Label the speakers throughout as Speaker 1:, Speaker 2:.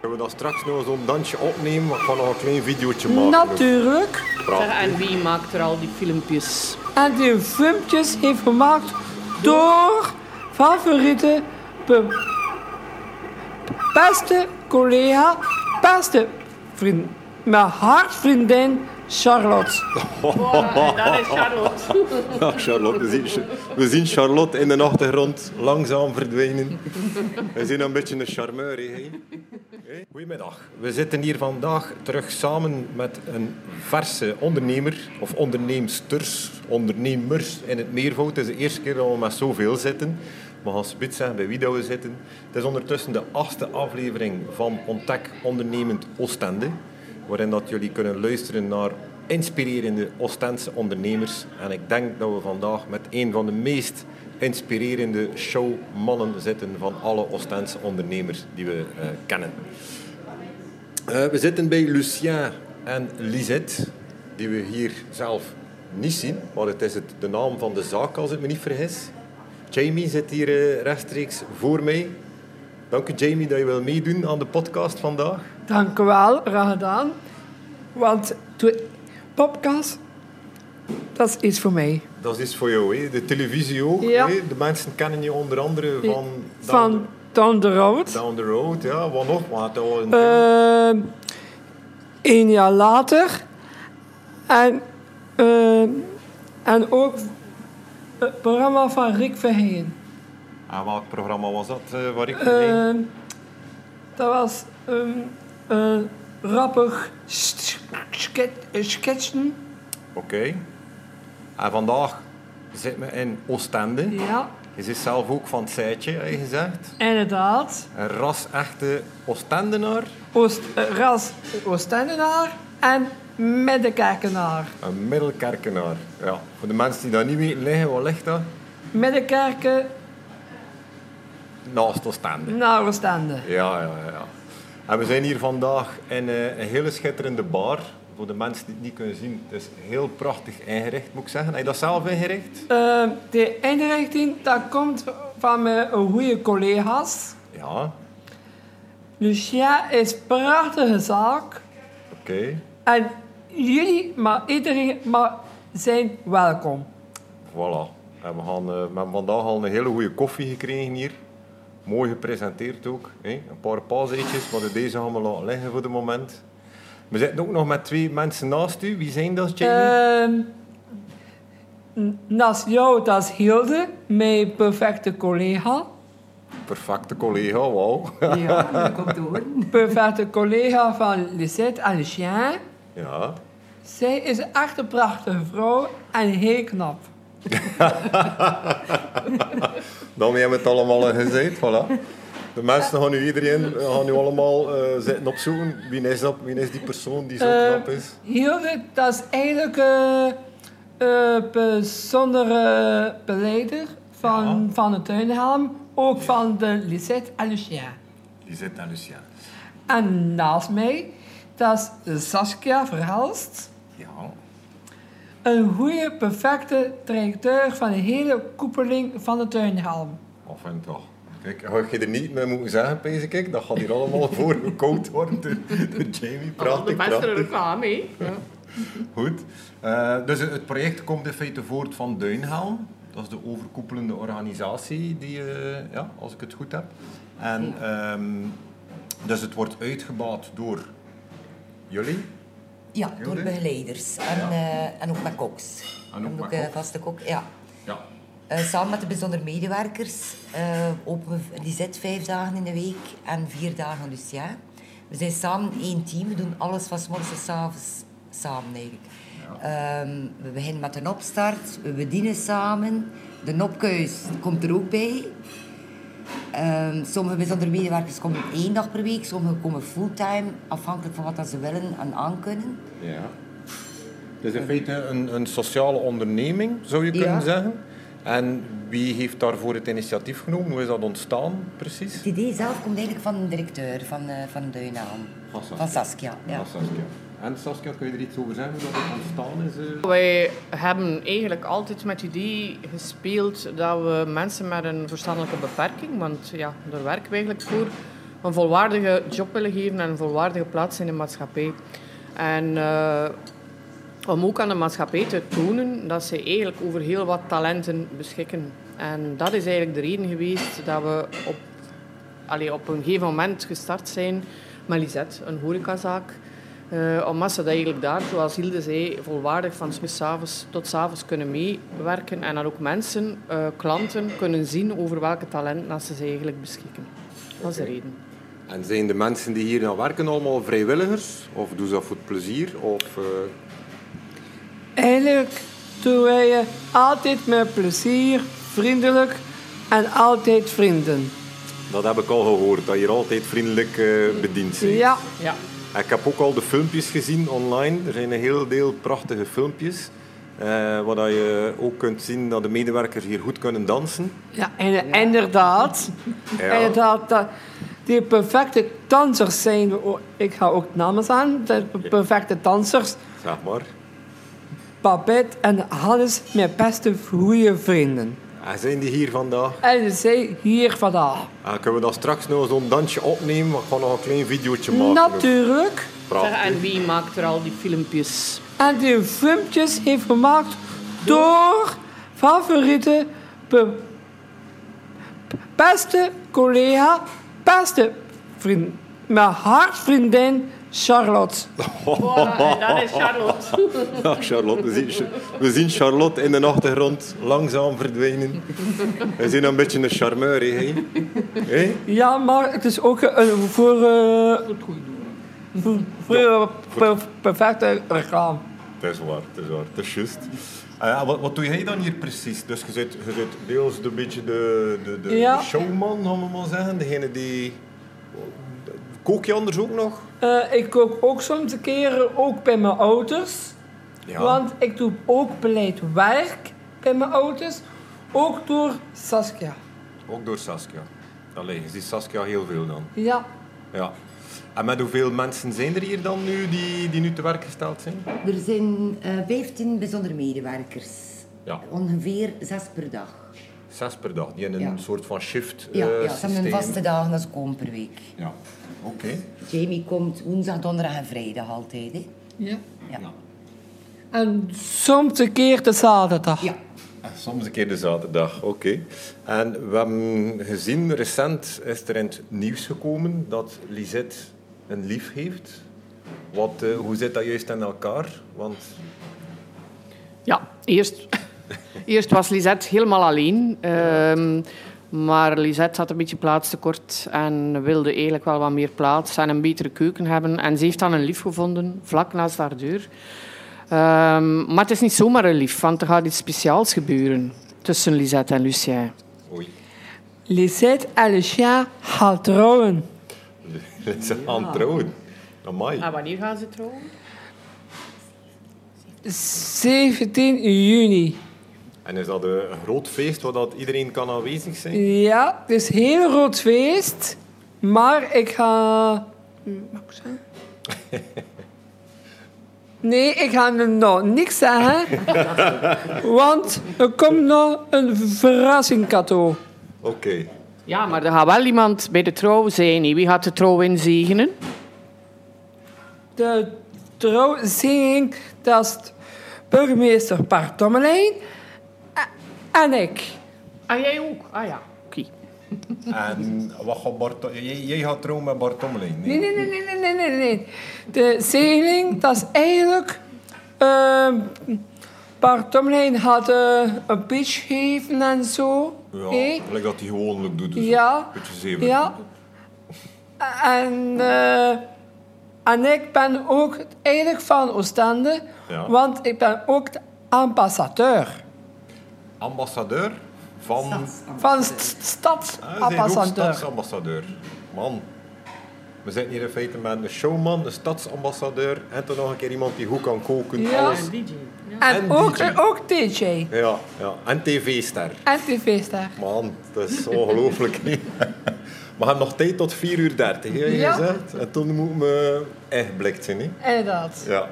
Speaker 1: Kunnen we dan straks nog zo'n dansje opnemen? Ik ga nog een klein videootje maken. dus
Speaker 2: Natuurlijk.
Speaker 1: Praat.
Speaker 3: Zeg, en wie maakt er al die filmpjes?
Speaker 2: En die filmpjes heeft gemaakt door favoriete be- beste collega, beste vriend, mijn hartvriendin Charlotte.
Speaker 3: Voilà, dat is Charlotte.
Speaker 1: Ja, Charlotte, we zien, we zien Charlotte in de achtergrond langzaam verdwijnen. We zien een beetje een charmeur. Hè? hè? Hè? Goedemiddag. We zitten hier vandaag terug samen met een verse ondernemer, of onderneemsters, ondernemers in het meervoud. Het is de eerste keer dat we met zoveel zitten. We gaan spits zeggen bij wie dat we zitten. Het is ondertussen de achtste aflevering van Ontdek Ondernemend Oostende waarin dat jullie kunnen luisteren naar inspirerende Oostense ondernemers. En ik denk dat we vandaag met een van de meest inspirerende showmannen zitten van alle Oostense ondernemers die we eh, kennen. Eh, we zitten bij Lucien en Lisette, die we hier zelf niet zien, maar het is het, de naam van de zaak als ik me niet vergis. Jamie zit hier eh, rechtstreeks voor mij. Dank u Jamie dat je wil meedoen aan de podcast vandaag.
Speaker 2: Dank u wel, graag gedaan. Want de podcast, dat is iets voor mij.
Speaker 1: Dat is iets voor jou, hè? de televisie ook.
Speaker 2: Ja.
Speaker 1: Hè? De mensen kennen je onder andere van, down,
Speaker 2: Van Don de Rood.
Speaker 1: down the Road. Ja, wat nog? Wat al een
Speaker 2: Ehm een jaar later. En, ehm, en ook het programma van Rick Verheyen.
Speaker 1: En welk programma was dat eh, waar ik mee...
Speaker 2: Ehm, dat was ehm, een rappig sch- sch- eh, sketchen.
Speaker 1: Oké. En vandaag zitten we in Oostende.
Speaker 2: Ja,
Speaker 1: Je zit zelf ook van het zijtje, heb je gezegd.
Speaker 2: inderdaad.
Speaker 1: Een ras-echte Oostendenaar.
Speaker 2: Oost, eh, ras Oostendenaar en Middenkerkenaar.
Speaker 1: Een middelkerkenaar. Ja. Voor de mensen die dat niet weten liggen, wat ligt dat?
Speaker 2: Middenkerken
Speaker 1: Naast Oostende.
Speaker 2: naar Oostende.
Speaker 1: Ja, ja, ja. En we zijn hier vandaag in eh, een hele schitterende bar. Voor de mensen die het niet kunnen zien, het is heel prachtig ingericht, moet ik zeggen. Heb je dat zelf ingericht?
Speaker 2: Ehm, de inrichting dat komt van mijn goede collega's.
Speaker 1: Ja,
Speaker 2: Lucia is een prachtige zaak.
Speaker 1: oké.
Speaker 2: En jullie, maar iedereen, maar zijn welkom.
Speaker 1: Voilà. En we, gaan, eh, we hebben vandaag al een hele goede koffie gekregen hier. Mooi gepresenteerd ook. Hè? Een paar paaseetjes, maar deze gaan we laten liggen voor de moment. We zitten ook nog met twee mensen naast u. Wie zijn dat, Jamie?
Speaker 2: Ehm naast jou, dat is Hilde, mijn perfecte collega.
Speaker 1: Perfecte collega, wauw.
Speaker 4: Ja, dat komt te horen.
Speaker 2: Perfecte collega van Lisette en Lucien.
Speaker 1: ja.
Speaker 2: Zij is echt een prachtige vrouw en heel knap.
Speaker 1: Dan hebben we het allemaal al gezegd, voilà. De mensen gaan nu iedereen, gaan nu allemaal eh zitten opzoeken. Wie is dat? Wie is die persoon die zo
Speaker 2: Eh,
Speaker 1: knap is?
Speaker 2: Hilde, dat is eigenlijk een bijzondere beleider van, van de tuinhelm. Ook van de Lisette en Lucien.
Speaker 1: Die zit aan Lucien.
Speaker 2: En naast mij, dat is Saskia Verhelst.
Speaker 1: Ja.
Speaker 2: Een goede, perfecte trajecteur van de hele koepeling van de tuinhelm.
Speaker 1: Of en toch. Kijk, had je er niet mee moeten zeggen, pees ik, ik. Dat gaat hier allemaal voor gekoud worden door, door Jamie.
Speaker 3: Dat is
Speaker 1: Prachtig,
Speaker 3: de beste
Speaker 1: prachtig.
Speaker 3: reclame, hè? Ja.
Speaker 1: Goed. Eh, dus het project komt in feite voort van Duinhelm. Dat is de overkoepelende organisatie, die, eh, ja, als ik het goed heb. En, ehm, dus het wordt uitgebaat door jullie.
Speaker 4: Ja, door
Speaker 1: Hilde?
Speaker 4: begeleiders en, eh, en ook met koks.
Speaker 1: En ook
Speaker 4: Ik heb
Speaker 1: met
Speaker 4: eh,
Speaker 1: koks.
Speaker 4: vaste kok, ja.
Speaker 1: Ja.
Speaker 4: Eh, samen met de bijzondere medewerkers eh openen we Lisette vijf dagen in de week en vier dagen Lucien. We zijn samen één team, we doen alles van 's morgens tot 's avonds samen eigenlijk. Ehm, we beginnen met een opstart, we bedienen samen. De opkuis komt er ook bij. Ehm, sommige bijzondere medewerkers komen één dag per week, sommige komen fulltime, afhankelijk van wat dat ze willen en aankunnen.
Speaker 1: Ja. Het is in feite een, een sociale onderneming, zou je kunnen
Speaker 4: Ja.
Speaker 1: zeggen. En wie heeft daarvoor het initiatief genomen? Hoe is dat ontstaan, precies?
Speaker 4: Het idee zelf komt eigenlijk van de directeur van, eh van Duinaan.
Speaker 1: Van Saskia.
Speaker 4: Van Saskia, ja.
Speaker 1: Saskia. En Saskia, kun je er iets over zeggen hoe dat het ontstaan is? eh?
Speaker 3: Wij hebben eigenlijk altijd met het idee gespeeld dat we mensen met een verstandelijke beperking, want ja, daar werken we eigenlijk voor, een volwaardige job willen geven en een volwaardige plaats in de maatschappij. En eh, om ook aan de maatschappij te tonen dat ze eigenlijk over heel wat talenten beschikken. En dat is eigenlijk de reden geweest dat we op, allee, op een gegeven moment gestart zijn met Lisette, een horecazaak. Eh omdat ze dat eigenlijk daar, zoals Hilde zei, volwaardig van 's avonds tot 's avonds kunnen meewerken. En dat ook mensen, eh, klanten, kunnen zien over welke talenten dat ze eigenlijk beschikken. Dat is de reden.
Speaker 1: En zijn de mensen die hier aan werken allemaal vrijwilligers? Of doen ze dat voor het plezier? Of, eh,
Speaker 2: Eigenlijk doen wij je altijd met plezier, vriendelijk en altijd vrienden.
Speaker 1: dat heb ik al gehoord, dat je hier altijd vriendelijk eh, bediend bent.
Speaker 2: Ja,
Speaker 3: Ja.
Speaker 1: Ik heb ook al de filmpjes gezien online. Er zijn een heel deel prachtige filmpjes. eh, waar dat je ook kunt zien dat de medewerkers hier goed kunnen dansen.
Speaker 2: ja en eh, inderdaad.
Speaker 1: Ja.
Speaker 2: Inderdaad, dat die perfecte dansers zijn. oh, Ik ga ook namens aan. De perfecte dansers.
Speaker 1: Zeg maar.
Speaker 2: Babette en Hannes, mijn beste goede vrienden.
Speaker 1: En Ah, zijn die hier vandaag?
Speaker 2: En zij hier vandaag.
Speaker 1: En kunnen we dat straks nog zo'n dansje opnemen? Maar ik ga nog een klein videootje maken.
Speaker 2: Natuurlijk.
Speaker 1: Prachtig.
Speaker 3: en wie maakt er al die filmpjes?
Speaker 2: En die filmpjes heeft gemaakt door favoriete, be- beste collega, beste vriend, mijn hartvriendin Charlotte.
Speaker 3: dat is Charlotte.
Speaker 1: Ja, Charlotte, we zien, we zien Charlotte in de achtergrond langzaam verdwijnen. We zien een beetje een charmeur, hè? hè? Hè?
Speaker 2: Ja, maar het is ook een voor, eh, voor, voor eh, per- perfecte reclame.
Speaker 1: Het is waar, het is waar, het is juist. Ah ja, wat, wat doe jij dan hier precies? Dus je bent, je bent deels de beetje de, de, de,
Speaker 2: Ja.
Speaker 1: de showman, gaan we maar zeggen. Degene die... Kook je anders ook nog?
Speaker 2: Eh, ik kook ook soms een keer ook bij mijn ouders.
Speaker 1: Ja.
Speaker 2: Want ik doe ook beleid werk bij mijn ouders. Ook door Saskia.
Speaker 1: Ook door Saskia. Allee, je ziet Saskia heel veel dan.
Speaker 2: Ja,
Speaker 1: Ja. En met hoeveel mensen zijn er hier dan nu die, die nu te werk gesteld zijn?
Speaker 4: Er zijn eh 15 bijzonder medewerkers.
Speaker 1: Ja. Eh,
Speaker 4: Ongeveer zes per dag.
Speaker 1: Zes per dag, die in een
Speaker 4: Ja.
Speaker 1: soort van shift
Speaker 4: Ja,
Speaker 1: eh,
Speaker 4: ja, ze hebben hun
Speaker 1: systeem.
Speaker 4: vaste dagen dat ze komen per week.
Speaker 1: Ja, oké.
Speaker 4: Jamie komt woensdag, donderdag en vrijdag altijd. Hè?
Speaker 2: Ja.
Speaker 4: Ja.
Speaker 2: En soms een keer de zaterdag.
Speaker 4: Ja.
Speaker 1: En Ah, Soms een keer de zaterdag, oké. En we hebben gezien, recent is er in het nieuws gekomen dat Lisette een lief heeft. Wat, eh, hoe zit dat juist aan elkaar? Want
Speaker 3: Ja, eerst, eerst was Lisette helemaal alleen. Ehm, maar Lisette had een beetje plaats tekort en wilde eigenlijk wel wat meer plaats en een betere keuken hebben. En ze heeft dan een lief gevonden, vlak naast haar deur. Ehm, maar het is niet zomaar een lief, want er gaat iets speciaals gebeuren tussen Lisette en Lucien.
Speaker 1: Oei.
Speaker 2: Lisette en Lucien gaan trouwen.
Speaker 1: Ze gaan trouwen. Amai.
Speaker 3: wanneer gaan ze trouwen?
Speaker 2: 17 juni.
Speaker 1: En is dat een groot feest waar dat iedereen kan aanwezig zijn?
Speaker 2: Ja, het is heel rood feest. Maar ik ga... Hm, Mag ik zeggen? Nee, ik ga er nog niks zeggen. Want er komt nog een verrassing cadeau.
Speaker 1: Oké.
Speaker 3: Ja, maar er gaat wel iemand bij de trouw zijn. hè. Wie gaat de trouw inzegenen?
Speaker 2: De trouwzinging, dat is burgemeester Bart Tommelijn e- en ik.
Speaker 3: Ah, jij ook? Ah ja, oké.
Speaker 1: En wat gaat Bart... Jij, jij gaat trouwen met Bart Tommelijn?
Speaker 2: Nee, nee, nee, nee, nee, nee, nee, nee. De zegeling, dat is eigenlijk... ehm Bart Tommelijn had eh, een pitch geven en zo.
Speaker 1: Ja,
Speaker 2: hè?
Speaker 1: gelijk dat hij gewoonlijk doet. Dus
Speaker 2: Ja.
Speaker 1: Een beetje zeven.
Speaker 2: Ja. En, eh, en ik ben ook eigenlijk van Oostende,
Speaker 1: Ja.
Speaker 2: want ik ben ook de ambassadeur.
Speaker 1: Ambassadeur van...
Speaker 2: Van st-
Speaker 1: Ah, we zijn ook
Speaker 2: stadsambassadeur.
Speaker 1: stadsambassadeur. Man. We zijn hier in feite met een showman, een stadsambassadeur en dan nog een keer iemand die goed kan koken.
Speaker 2: Ja.
Speaker 1: Alles.
Speaker 2: En
Speaker 1: En
Speaker 2: ook,
Speaker 1: DJ.
Speaker 2: ook DJ.
Speaker 1: Ja, ja. En tv-ster.
Speaker 2: En tv-ster.
Speaker 1: Man, dat is ongelooflijk. hè. we hebben nog tijd tot 4 uur 30, heb je
Speaker 2: Ja.
Speaker 1: gezegd. En toen moeten we echt blikt zijn. Hè?
Speaker 2: Inderdaad.
Speaker 1: Ja.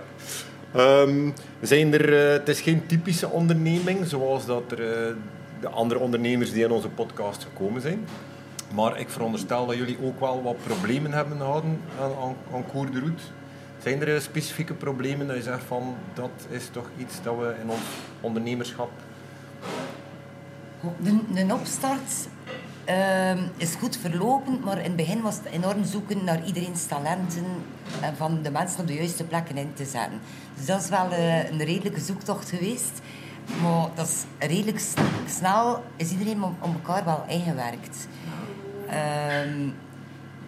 Speaker 1: Ehm, zijn er, eh, het is geen typische onderneming zoals dat er, eh, de andere ondernemers die in onze podcast gekomen zijn. Maar ik veronderstel dat jullie ook wel wat problemen hebben gehad aan, aan, aan Cours de Route. Zijn er eh, specifieke problemen dat je zegt van dat is toch iets dat we in ons ondernemerschap...
Speaker 4: De, de opstart ehm, is goed verlopen, maar in het begin was het enorm zoeken naar iedereen's talenten en van de mensen op de juiste plekken in te zetten. Dus dat is wel eh, een redelijke zoektocht geweest. Maar dat is redelijk s- snel is iedereen om, om elkaar wel ingewerkt. Ehm,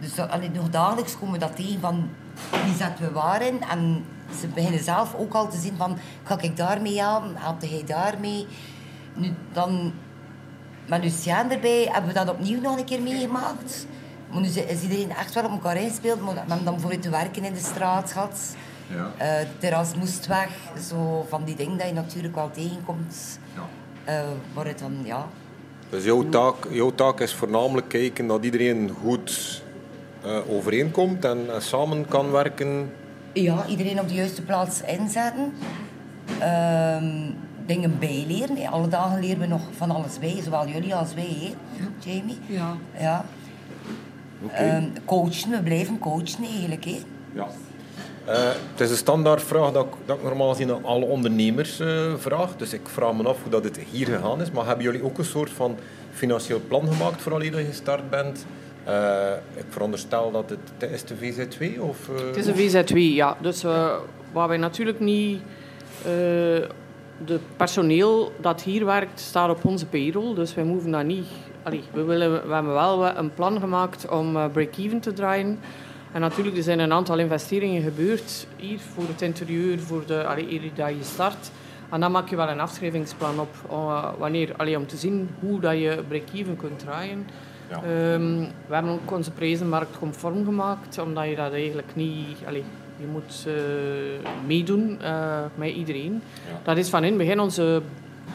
Speaker 4: dus dat- allee, nog dagelijks komen we dat tegen van wie zetten we waar in. En ze beginnen zelf ook al te zien van ga ik daarmee helpen, help jij daarmee. Nu, dan met Lucien erbij hebben we dat opnieuw nog een keer meegemaakt. Maar nu is- is iedereen echt wel op elkaar ingespeeld. Maar we hebben dan voor te werken in de straat gehad.
Speaker 1: Ja.
Speaker 4: Eh, het terras moest weg. Zo van die dingen dat je natuurlijk wel tegenkomt. Eh, waar het dan, ja...
Speaker 1: Dus jouw taak, jouw taak is voornamelijk kijken dat iedereen goed eh, overeenkomt en, eh, samen kan werken.
Speaker 4: Ja, iedereen op de juiste plaats inzetten. Ehm, dingen bijleren. hè. Alle dagen leren we nog van alles bij. Zowel jullie als wij, hè, Jamie.
Speaker 2: Ja.
Speaker 4: Ja.
Speaker 1: Oké.
Speaker 4: Ehm, coachen, we blijven coachen eigenlijk. Hè.
Speaker 1: Ja. Eh, het is een standaardvraag dat ik, dat ik normaal gezien aan alle ondernemers eh, vraag. Dus ik vraag me af hoe dat het hier gegaan is. Maar hebben jullie ook een soort van financieel plan gemaakt voor alleen dat je gestart bent? Eh, ik veronderstel dat het, het is de VZW of... eh,
Speaker 3: Het is een VZW, ja. Dus eh, waar wij natuurlijk niet... eh de personeel dat hier werkt, staat op onze payroll. Dus wij hoeven dat niet... Allee, we, willen, we hebben wel wat een plan gemaakt om eh, break-even te draaien. En natuurlijk, er zijn een aantal investeringen gebeurd hier voor het interieur, voor de... Allee, eerder dat je start. En dan maak je wel een afschrijvingsplan op eh, wanneer, allee, om te zien hoe dat je break-even kunt draaien.
Speaker 1: Ja.
Speaker 3: Ehm, we hebben ook onze prijzenmarkt conform gemaakt, omdat je dat eigenlijk niet... Allee, je moet eh, meedoen eh, met iedereen.
Speaker 1: Ja.
Speaker 3: Dat is van in het begin onze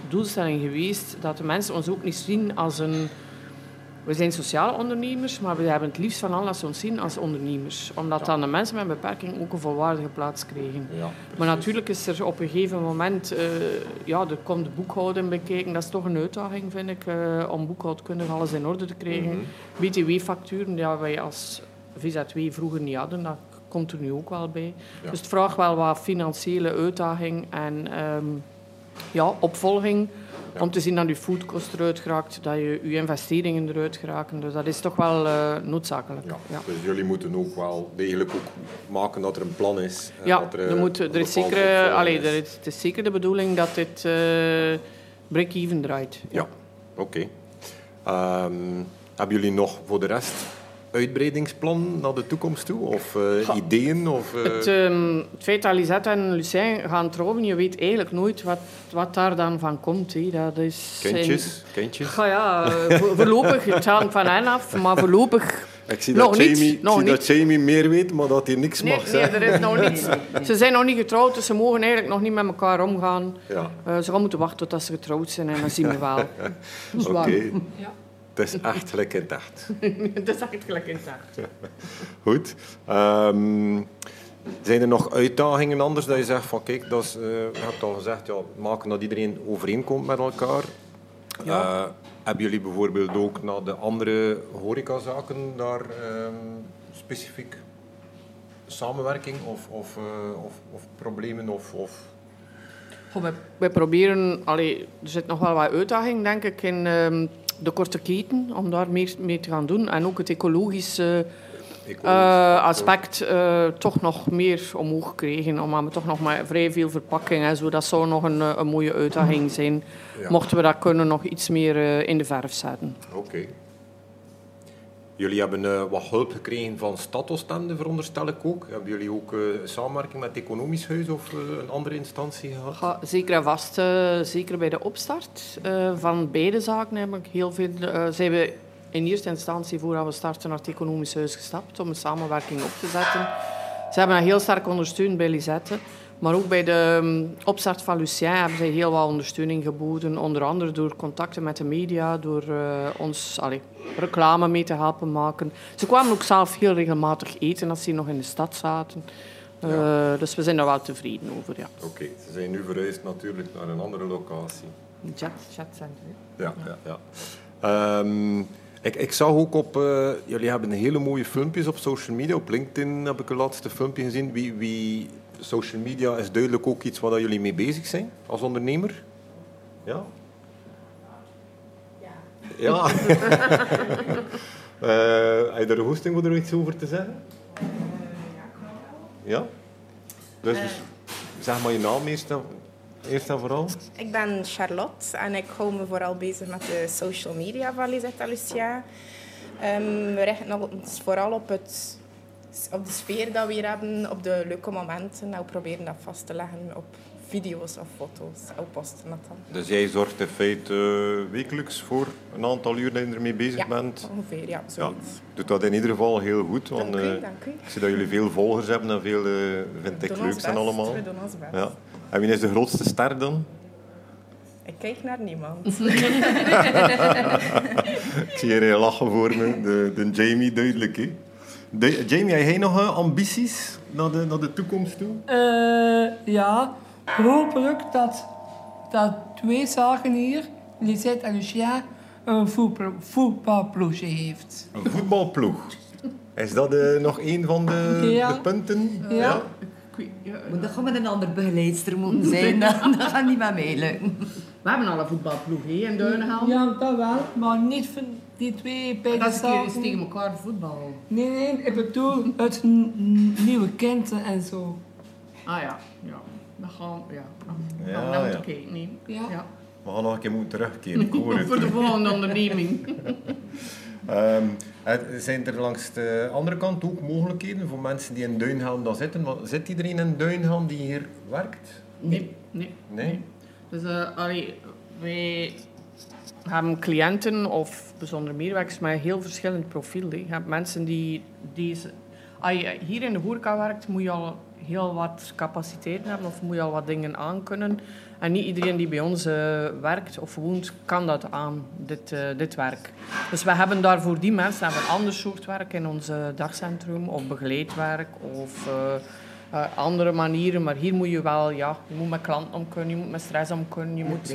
Speaker 3: doelstelling geweest, dat de mensen ons ook niet zien als een... We zijn sociale ondernemers, maar we hebben het liefst van allen dat ze ons zien als ondernemers. Omdat dan de mensen met een beperking ook een volwaardige plaats krijgen.
Speaker 1: Ja,
Speaker 3: Maar
Speaker 1: precies.
Speaker 3: natuurlijk is er op een gegeven moment, eh, ja, er komt de boekhouding bekeken. Dat is toch een uitdaging, vind ik, eh, om boekhoudkundig alles in orde te krijgen.
Speaker 1: Mhm.
Speaker 3: BTW-facturen, die wij als VZW vroeger niet hadden, dat komt er nu ook wel bij.
Speaker 1: Ja.
Speaker 3: Dus het vraagt wel wat financiële uitdaging en ehm, ja, opvolging.
Speaker 1: Ja.
Speaker 3: Om te zien dat je foodkost eruit geraakt, dat je je investeringen eruit geraken. Dus dat is toch wel eh, noodzakelijk.
Speaker 1: Ja.
Speaker 3: Ja.
Speaker 1: Dus jullie moeten ook wel degelijk ook maken dat er een plan is. en
Speaker 3: Ja,
Speaker 1: dat
Speaker 3: er,
Speaker 1: eh,
Speaker 3: moet, er
Speaker 1: een eh,
Speaker 3: is
Speaker 1: bepaalde
Speaker 3: zeker, eh,
Speaker 1: opvolging
Speaker 3: allee,
Speaker 1: is.
Speaker 3: er is, het is zeker de bedoeling dat dit eh break-even draait.
Speaker 1: Ja, oké. Ehm, hebben jullie nog voor de rest uitbreidingsplan naar de toekomst toe? Of eh, ideeën? Of, eh,
Speaker 3: Het, ehm, het feit dat Lisette en Lucien gaan trouwen, je weet eigenlijk nooit wat, wat daar dan van komt. hè. Dat is
Speaker 1: kindjes? kindjes?
Speaker 3: Ga ja, eh, vo- voorlopig, het hangt van hen af, maar voorlopig...
Speaker 1: Ik zie,
Speaker 3: Nog
Speaker 1: dat,
Speaker 3: niet,
Speaker 1: Jamie, ik
Speaker 3: nog
Speaker 1: zie
Speaker 3: niet.
Speaker 1: dat Jamie meer weet, maar dat hij niks
Speaker 3: Nee,
Speaker 1: mag
Speaker 3: nee,
Speaker 1: zeggen.
Speaker 3: er is nog niets. Ze zijn nog niet getrouwd, dus ze mogen eigenlijk nog niet met elkaar omgaan.
Speaker 1: Ja,
Speaker 3: Eh, ze gaan moeten wachten tot ze getrouwd zijn en dan zien we wel. Dus Dat is
Speaker 1: oké.
Speaker 3: waar. Ja.
Speaker 1: Het is echt gelijk in het echt.
Speaker 3: Dat is echt gelijk in zaak.
Speaker 1: Goed. Ehm, zijn er nog uitdagingen anders dat je zegt van kijk, dat is, eh, je hebt al gezegd, ja, maken dat iedereen overeenkomt met elkaar. Eh, hebben jullie bijvoorbeeld ook naar de andere horecazaken daar ehm, specifiek samenwerking of, of, eh, of, of problemen of, of
Speaker 3: Goh, wij, wij proberen, allee, er zit nog wel wat uitdaging denk ik in ehm, de korte keten, om daar meer mee te gaan doen. En ook het ecologische eh,
Speaker 1: ecologisch
Speaker 3: aspect eh, toch nog meer omhoog kregen. Omdat we toch nog maar vrij veel verpakking en zo, dat zou nog een, eh, een mooie uitdaging zijn.
Speaker 1: Ja.
Speaker 3: Mochten we dat kunnen nog iets meer eh, in de verf zetten.
Speaker 1: Oké. Jullie hebben eh, wat hulp gekregen van Statostende, veronderstel ik ook. Hebben jullie ook eh, samenwerking met het Economisch Huis of eh, een andere instantie gehad?
Speaker 3: Ga- Zeker en vast, eh, zeker bij de opstart eh, van beide zaken heb ik heel veel, eh, zijn we in eerste instantie voordat we starten naar het economisch huis gestapt om een samenwerking op te zetten. Ze hebben dat heel sterk ondersteund bij Lisette. Maar ook bij de mm, opstart van Lucien hebben zij heel wat ondersteuning geboden. Onder andere door contacten met de media, door eh, ons allee, reclame mee te helpen maken. Ze kwamen ook zelf heel regelmatig eten als ze nog in de stad zaten. Eh, Dus we zijn daar wel tevreden over, ja.
Speaker 1: Oké, ze zijn nu verhuisd natuurlijk naar een andere locatie.
Speaker 3: Chat, chatcentrum.
Speaker 1: Ja, ja, ja. Ehm, Ik, ik zag ook op... eh, jullie hebben hele mooie filmpjes op social media. Op LinkedIn heb ik een laatste filmpje gezien. Wie, wie, social media is duidelijk ook iets waar dat jullie mee bezig zijn als ondernemer. Ja? Ja. Eh, heb je daar een hoesting voor er iets over te zeggen? ja. Dus zeg maar je naam eerst en, eerst en vooral.
Speaker 5: Ik ben Charlotte en ik hou me vooral bezig met de social media van Lisette Lucia. Ehm, we richten ons vooral op, het, op de sfeer dat we hier hebben, op de leuke momenten. En we proberen dat vast te leggen op video's of foto's. Of posten dat dan.
Speaker 1: Dus jij zorgt in feite eh, wekelijks voor een aantal uur dat je ermee bezig
Speaker 5: Ja,
Speaker 1: bent.
Speaker 5: ongeveer, ja,
Speaker 1: Ja,
Speaker 5: zoiets.
Speaker 1: doet dat in ieder geval heel goed. Want,
Speaker 5: Dank u,
Speaker 1: eh,
Speaker 5: dank u.
Speaker 1: Ik zie dat jullie veel volgers hebben en veel eh vind
Speaker 5: We
Speaker 1: ik
Speaker 5: doen ons
Speaker 1: leuks en
Speaker 5: best,
Speaker 1: allemaal.
Speaker 5: We doen ons best.
Speaker 1: Ja. En wie is de grootste ster dan?
Speaker 5: Ik kijk naar niemand.
Speaker 1: Ik zie hier heel lachen voor me, de, de Jamie duidelijk. Hè? De- Jamie, heb jij nog eh, ambities naar de, naar de toekomst toe?
Speaker 2: Eh, ja, hopelijk dat, dat twee zaken hier, Lisette en Lucia, een voetbal, voetbalploesje heeft.
Speaker 1: Een voetbalploeg. Is dat eh, nog een van de,
Speaker 2: Ja.
Speaker 1: de punten?
Speaker 2: Ja.
Speaker 3: Ik weet- ja,
Speaker 4: Maar dat gaat met een ander begeleidster moeten zijn. Dat, dat gaat niet met mij lukken.
Speaker 3: We hebben al een voetbalploeg hè, in Duinenhaal.
Speaker 2: Ja, dat wel, maar niet van die twee bij
Speaker 3: Dat
Speaker 2: de
Speaker 3: is een keer eens
Speaker 2: zaken.
Speaker 3: tegen elkaar voetbal.
Speaker 2: Nee, nee, ik bedoel het n- n- nieuwe kenten en zo.
Speaker 3: Ah ja, ja. Dan gaan we, ja. Dan
Speaker 1: Ja,
Speaker 3: gaan we
Speaker 1: ja.
Speaker 3: moeten kijken, nee.
Speaker 2: Ja.
Speaker 1: We gaan nog een keer moeten terugkeren. Ik hoor het.
Speaker 3: Voor de volgende onderneming.
Speaker 1: Ehm, het- zijn er langs de andere kant ook mogelijkheden voor mensen die in Duinham dan zitten? Want zit iedereen in Duinham die hier werkt?
Speaker 3: Nee, nee.
Speaker 1: Nee?
Speaker 3: Dus eh, allee, wij hebben cliënten of bijzonder medewerkers met een heel verschillend profiel. hè. Je hebt mensen die... Deze, als je hier in de horeca werkt, moet je al heel wat capaciteiten hebben of moet je al wat dingen aankunnen. En niet iedereen die bij ons eh, werkt of woont, kan dat aan, dit, eh, dit werk. Dus we hebben daarvoor die mensen hebben een ander soort werk in ons eh, dagcentrum of begeleid werk of... eh, eh, andere manieren, maar hier moet je wel, ja, je moet met klanten om kunnen, je moet met stress om kunnen, je moet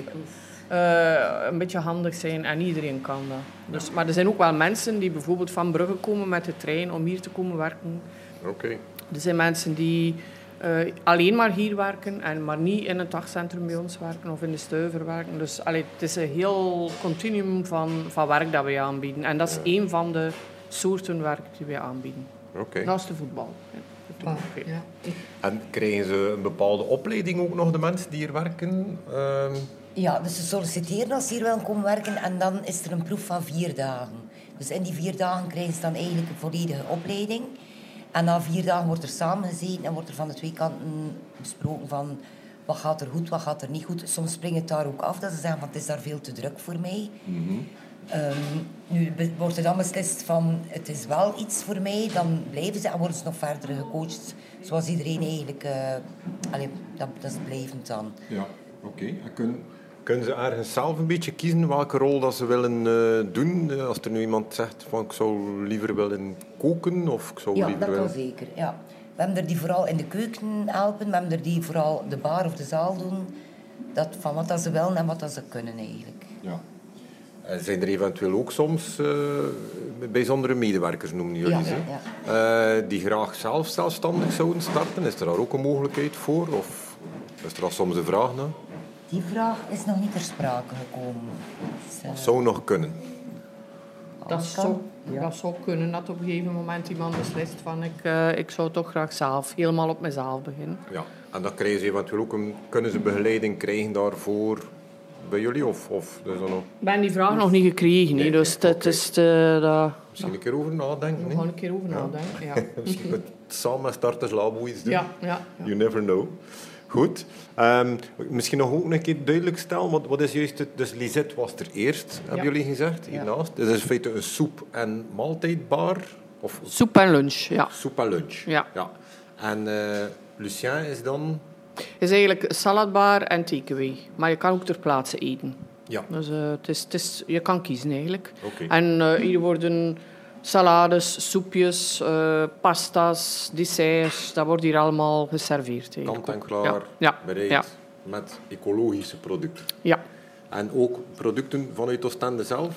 Speaker 3: eh, een beetje handig zijn en iedereen kan dat. Dus, maar er zijn ook wel mensen die bijvoorbeeld van Brugge komen met de trein om hier te komen werken.
Speaker 1: Oké.
Speaker 3: Er zijn mensen die eh, alleen maar hier werken en maar niet in het dagcentrum bij ons werken of in de stuiver werken. Dus allee, het is een heel continuum van, van werk dat wij aanbieden. En dat is één van de soorten werk die wij aanbieden.
Speaker 1: Oké.
Speaker 3: Naast de voetbal. Ah, Ja, de voetbal. Oké.
Speaker 4: Ja.
Speaker 1: En krijgen ze een bepaalde opleiding ook nog, de mensen die hier werken? Ehm,
Speaker 4: Ja, dus ze solliciteren als ze hier wel komen werken en dan is er een proef van vier dagen. Dus in die vier dagen krijgen ze dan eigenlijk een volledige opleiding. En na vier dagen wordt er samengezeten en wordt er van de twee kanten besproken van wat gaat er goed, wat gaat er niet goed. Soms springt het daar ook af dat ze zeggen van het is daar veel te druk voor mij. Ehm, nu be- wordt er dan beslist van het is wel iets voor mij, dan blijven ze en worden ze nog verder gecoacht. Zoals iedereen eigenlijk, eh allee, dat, dat is blijvend dan.
Speaker 1: Ja, oké. En kun- Kunnen ze ergens zelf een beetje kiezen welke rol dat ze willen eh, doen? Eh, Als er nu iemand zegt van ik zou liever willen koken of ik zou
Speaker 4: Ja,
Speaker 1: liever
Speaker 4: dat kan
Speaker 1: willen...
Speaker 4: zeker. Ja. We hebben er die vooral in de keuken helpen. We hebben er die vooral de bar of de zaal doen. Dat, van wat dat ze willen en wat dat ze kunnen eigenlijk.
Speaker 1: Ja. En zijn er eventueel ook soms eh, bijzondere medewerkers, noemen jullie
Speaker 4: Ja,
Speaker 1: ze,
Speaker 4: ja,
Speaker 1: eh, die graag zelf zelfstandig zouden starten? Is er daar ook een mogelijkheid voor? Of is er al soms een vraag naar?
Speaker 4: Die vraag is nog niet ter sprake gekomen. Dus, eh,
Speaker 1: Zou nog kunnen.
Speaker 3: Dat
Speaker 4: Alles kan.
Speaker 3: zou, dat zou kunnen dat op een gegeven moment iemand beslist van ik, eh, ik zou toch graag zelf, helemaal op mezelf beginnen.
Speaker 1: Ja. En dan krijgen ze eventueel ook een, kunnen ze begeleiding krijgen daarvoor bij jullie? Of, of dus dan nog
Speaker 3: Ik ben die vraag nog niet gekregen, hè, dus dat is de, daar
Speaker 1: misschien een keer over nadenken?
Speaker 3: nog
Speaker 1: hè?
Speaker 3: gewoon een keer over nadenken. Ja.
Speaker 1: Misschien met samen met Starters Labo iets doen.
Speaker 3: Ja, ja, ja.
Speaker 1: You never know. Goed. Ehm, misschien nog ook een keer duidelijk stellen. Wat, wat is juist het... Dus Lisette was er eerst, hebben jullie gezegd, hiernaast. Dit is in feite een soep- en maaltijdbar. Of
Speaker 3: Soep en lunch, ja.
Speaker 1: soep en lunch.
Speaker 3: Ja.
Speaker 1: En eh, Lucien is dan...
Speaker 3: is eigenlijk saladbar en takeaway. Maar je kan ook ter plaatse eten.
Speaker 1: Ja.
Speaker 3: Dus eh, het is, het is, je kan kiezen eigenlijk.
Speaker 1: Oké.
Speaker 3: En eh, hier worden salades, soepjes, eh, pasta's, desserts. Dat wordt hier allemaal geserveerd. eigenlijk
Speaker 1: Kant en
Speaker 3: ook.
Speaker 1: klaar,
Speaker 3: Ja, ja,
Speaker 1: bereid
Speaker 3: ja.
Speaker 1: met ecologische producten.
Speaker 3: ja.
Speaker 1: En ook producten vanuit Oostende zelf.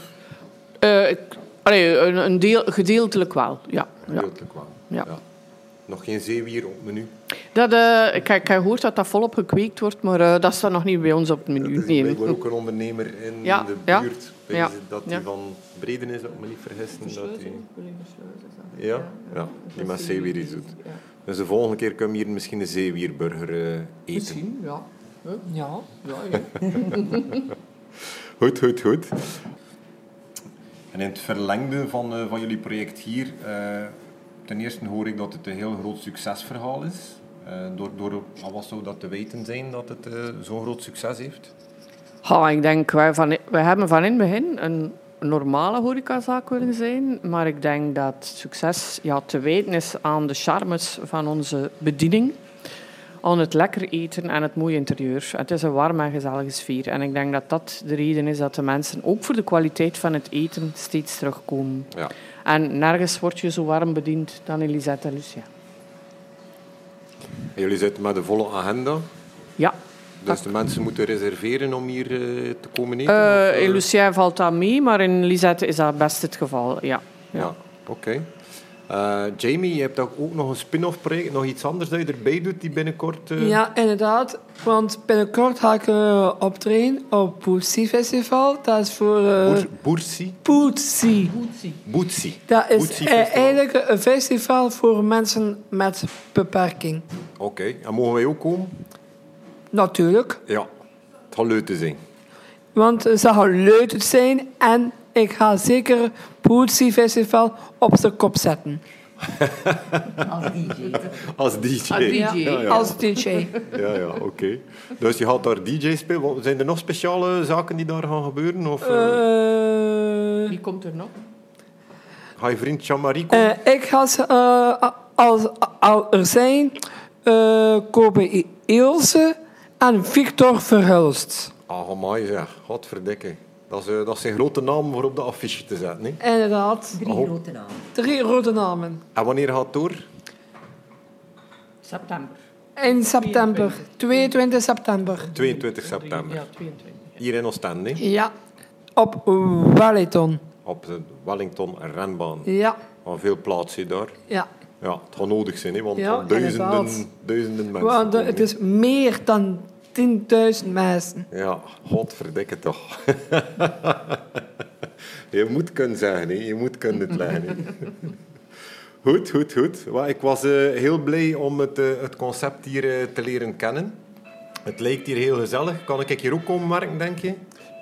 Speaker 3: Eh, ik- Allee, een, een deel, gedeeltelijk wel, ja. ja.
Speaker 1: Gedeeltelijk wel.
Speaker 3: Ja.
Speaker 1: Nog geen zeewier op het menu.
Speaker 3: Dat, eh, ik, ik heb gehoord dat dat volop gekweekt wordt, maar eh, dat staat nog niet bij ons op het
Speaker 1: Dat
Speaker 3: menu.
Speaker 1: is
Speaker 3: nee.
Speaker 1: blijkbaar ook een ondernemer in
Speaker 3: Ja,
Speaker 1: de
Speaker 3: ja,
Speaker 1: buurt.
Speaker 3: ja,
Speaker 1: Ja, dat hij
Speaker 3: ja.
Speaker 1: van Breden is, dat ik me niet vergis. Dat die... Ja, ja, die met zeewier is doet. Dus de volgende keer kunnen we hier misschien een zeewierburger eh, eten.
Speaker 3: Misschien, ja.
Speaker 2: Ja.
Speaker 1: Goed, goed, goed. En in het verlengde van, eh, van jullie project hier, eh, ten eerste hoor ik dat het een heel groot succesverhaal is. Eh, door, door al wat zou dat te weten zijn dat het eh, zo'n groot succes heeft?
Speaker 3: Ja, ik denk, wij, van, wij hebben van in het begin een normale horecazaak willen zijn. Maar ik denk dat succes ja, te wijten is aan de charmes van onze bediening. Aan het lekker eten en het mooie interieur. Het is een warme en gezellige sfeer. En ik denk dat dat de reden is dat de mensen ook voor de kwaliteit van het eten steeds terugkomen.
Speaker 1: Ja.
Speaker 3: En nergens word je zo warm bediend dan in Lisette en Lucia.
Speaker 1: En jullie zitten met een volle agenda.
Speaker 3: Ja,
Speaker 1: Dus de mensen moeten reserveren om hier eh, te komen eten? of,
Speaker 3: Eh
Speaker 1: eh,
Speaker 3: in Lucien valt dat mee, maar in Lisette is dat best het geval. Ja.
Speaker 1: Ja, oké. Eh, Jamie, je hebt ook ook nog een spin-off project, nog iets anders dat je erbij doet die binnenkort... eh,
Speaker 2: Ja, inderdaad. Want binnenkort ga ik eh, optreden op Poetsie Festival. Dat is voor eh
Speaker 1: Boer- Boersi?
Speaker 2: Poetsie.
Speaker 1: Boetsi.
Speaker 2: Dat is
Speaker 1: Poetsie
Speaker 2: eh,
Speaker 1: Festival.
Speaker 2: eigenlijk een festival voor mensen met beperking.
Speaker 1: Oké, en mogen wij ook komen?
Speaker 2: Natuurlijk.
Speaker 1: Ja, het gaat leuk te zijn.
Speaker 2: Want ze gaan leuk zijn en ik ga zeker Poetsie Festival op zijn kop zetten.
Speaker 4: als DJ.
Speaker 1: Als DJ.
Speaker 3: DJ.
Speaker 1: Ja, ja,
Speaker 2: Als Eh, DJ.
Speaker 1: ja, ja, oké. Dus je gaat daar DJ spelen. Wat- Zijn er nog speciale zaken die daar gaan gebeuren? Of eh,
Speaker 2: Eh,
Speaker 3: Wie komt er nog?
Speaker 1: ga je vriend Jean-Marie komen?
Speaker 2: eh, ik ga ze, eh, als, als er zijn eh Kobe Ilse en Victor Verhulst.
Speaker 1: Ah, amai zeg. Godverdikke. Dat, is, eh, dat zijn grote namen voor op de affiche te zetten. Hè.
Speaker 2: Inderdaad.
Speaker 4: Drie
Speaker 1: Oh.
Speaker 4: grote namen.
Speaker 2: Drie rode namen.
Speaker 1: En wanneer gaat het door?
Speaker 3: September.
Speaker 2: In september. 22 september.
Speaker 1: 22 september.
Speaker 3: Ja, 22.
Speaker 1: Hier in Oostende, hè?
Speaker 2: Ja. Op Wellington.
Speaker 1: op de Wellington renbaan.
Speaker 2: Ja.
Speaker 1: Al veel plaats hè, daar.
Speaker 2: Ja.
Speaker 1: Ja, het gaat nodig zijn, hè, want
Speaker 2: Ja,
Speaker 1: er duizenden,
Speaker 2: inderdaad.
Speaker 1: duizenden mensen.
Speaker 2: Want eh,
Speaker 1: komen,
Speaker 2: het
Speaker 1: hè.
Speaker 2: is meer dan 10.000 mensen.
Speaker 1: Ja, godverdikke toch. je moet kunnen zeggen, hè. je moet kunnen het leggen. hè. goed, goed, goed. Wel, ik was eh, heel blij om het, eh, het concept hier eh, te leren kennen. Het lijkt hier heel gezellig. Kan ik hier ook komen werken, denk je?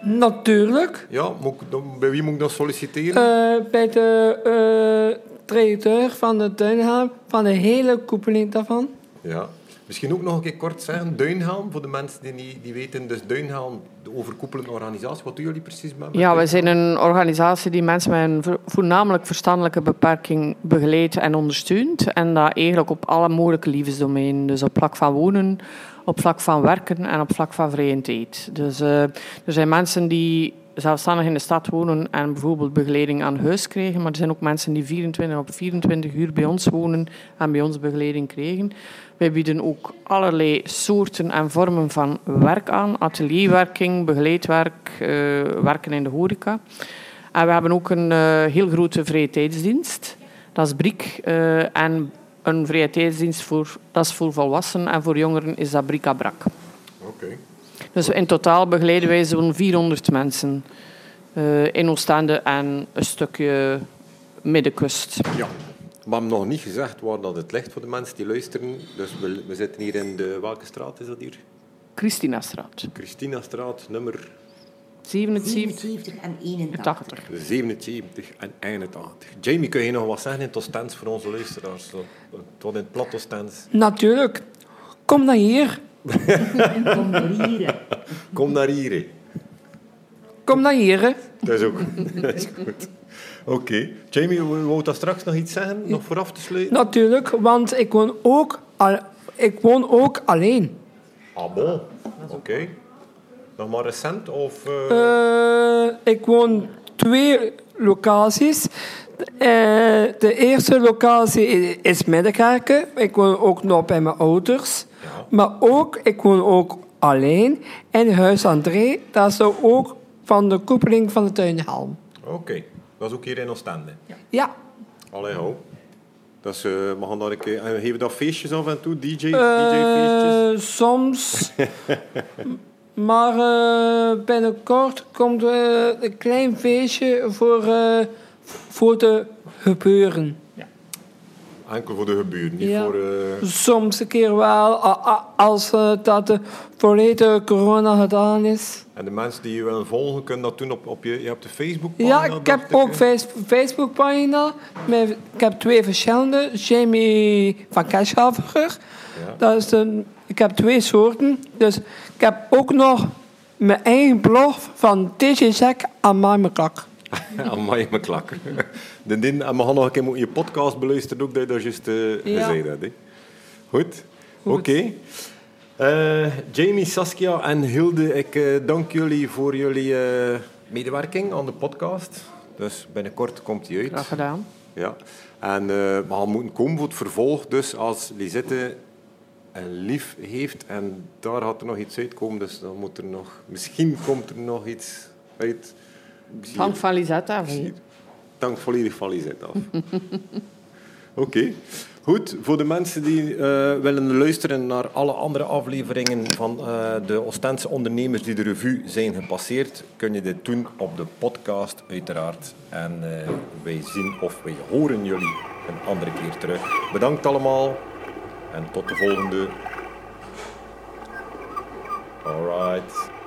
Speaker 2: Natuurlijk.
Speaker 1: Ja, moet ik dan- bij wie moet ik dan solliciteren?
Speaker 2: eh, bij de eh directeur van de Duinhelm, van de hele koepeling daarvan.
Speaker 1: Ja. Misschien ook nog een keer kort zeggen, Duinhelm, voor de mensen die niet die weten. Dus Duinhelm, de overkoepelende organisatie. Wat doen jullie precies met
Speaker 3: Ja, wij zijn een organisatie die mensen met een vo- voornamelijk verstandelijke beperking begeleidt en ondersteunt. En dat eigenlijk op alle mogelijke liefdesdomeinen. Dus op vlak van wonen, op vlak van werken en op vlak van vrije tijd. Dus eh, er zijn mensen die zelfstandig in de stad wonen en bijvoorbeeld begeleiding aan huis krijgen. Maar er zijn ook mensen die 24 op 24 uur bij ons wonen en bij ons begeleiding krijgen. Wij bieden ook allerlei soorten en vormen van werk aan. Atelierwerking, begeleidwerk, eh, werken in de horeca. En we hebben ook een eh, heel grote vrije tijdsdienst. Dat is BRIC. eh, en een vrije tijdsdienst voor, dat is voor volwassenen en voor jongeren is dat Bric à Brac.
Speaker 1: Oké.
Speaker 3: Dus in totaal begeleiden wij zo'n 400 mensen eh, in Oostende en een stukje middenkust.
Speaker 1: Ja. We hebben nog niet gezegd waar dat het ligt voor de mensen die luisteren. Dus we, we zitten hier in de... Welke straat is dat hier?
Speaker 3: Christina Straat,
Speaker 1: Christinastraat, nummer
Speaker 3: 77.
Speaker 4: 77 en 81.
Speaker 3: 80.
Speaker 1: 77 en 81. Jamie, kun je nog wat zeggen in het Oostends voor onze luisteraars? Zo, Tot in het plat Oostends.
Speaker 2: Natuurlijk. Kom dan hier.
Speaker 4: Kom door hier.
Speaker 1: Kom naar hier. hè.
Speaker 2: Kom dan hier. hè.
Speaker 1: Dat is ook dat is goed. Oké. Jamie, wou wou dat straks nog iets zeggen? Nog vooraf te sluiten?
Speaker 2: Natuurlijk, want ik woon ook, al, ik woon ook alleen.
Speaker 1: Ah bon. Oké. Nog maar recent of... eh,
Speaker 2: Eh, ik woon twee locaties. Eh, de eerste locatie i- is Middenkerken. Ik woon ook nog bij mijn ouders. Maar ook, ik woon ook alleen in Huis André. Dat is ook van de koepeling van de tuinhelm.
Speaker 1: Oké. Dat is ook hier in Oostende.
Speaker 2: Ja.
Speaker 1: Allee, ho. Dat is, eh, we gaan daar een keer... En geven dat feestjes af en toe? DJ, DJ-feestjes?
Speaker 2: Eh, soms. M- maar eh, binnenkort komt eh, een klein feestje voor, eh, voor de gebeuren.
Speaker 1: Enkel voor de geburen, niet
Speaker 2: ja.
Speaker 1: voor... eh,
Speaker 2: Soms een keer wel, a- a- als eh, dat de volledige corona gedaan is.
Speaker 1: En de mensen die je willen volgen, kunnen dat doen op, op je... Je hebt de facebook
Speaker 2: Oh, Ja, ik heb ook Facebook Facebookpagina. Met, ik heb twee verschillende. Jamie van Kershaviger.
Speaker 1: Ja.
Speaker 2: Dat is een, ik heb twee soorten. Dus ik heb ook nog mijn eigen blog van DJ Jack aan mijn kak.
Speaker 1: Amai, mijn klakker. De din, en we gaan nog een keer moeten je podcast beluisteren, ook dat je dat juist eh
Speaker 2: Ja.
Speaker 1: gezegd hebt. hè. Goed, oké. Eh, Jamie, Saskia en Hilde, ik eh, dank jullie voor jullie eh, medewerking aan de podcast. Dus binnenkort komt die uit.
Speaker 3: Graag gedaan.
Speaker 1: Ja. En eh, we gaan moeten komen voor het vervolg. Dus als Lisette een lief heeft en daar gaat er nog iets uitkomen, dus dan moet er nog... Misschien komt er nog iets uit. Ik zie
Speaker 3: Dank van Lisette. af, hè.
Speaker 1: hier. Dank volledig van Lisette af. Oké. Goed, voor de mensen die eh, willen luisteren naar alle andere afleveringen van eh, de Oostendse ondernemers die de revue zijn gepasseerd, kun je dit doen op de podcast uiteraard. En eh, wij zien of wij horen jullie een andere keer terug. Bedankt allemaal en tot de volgende. Alright.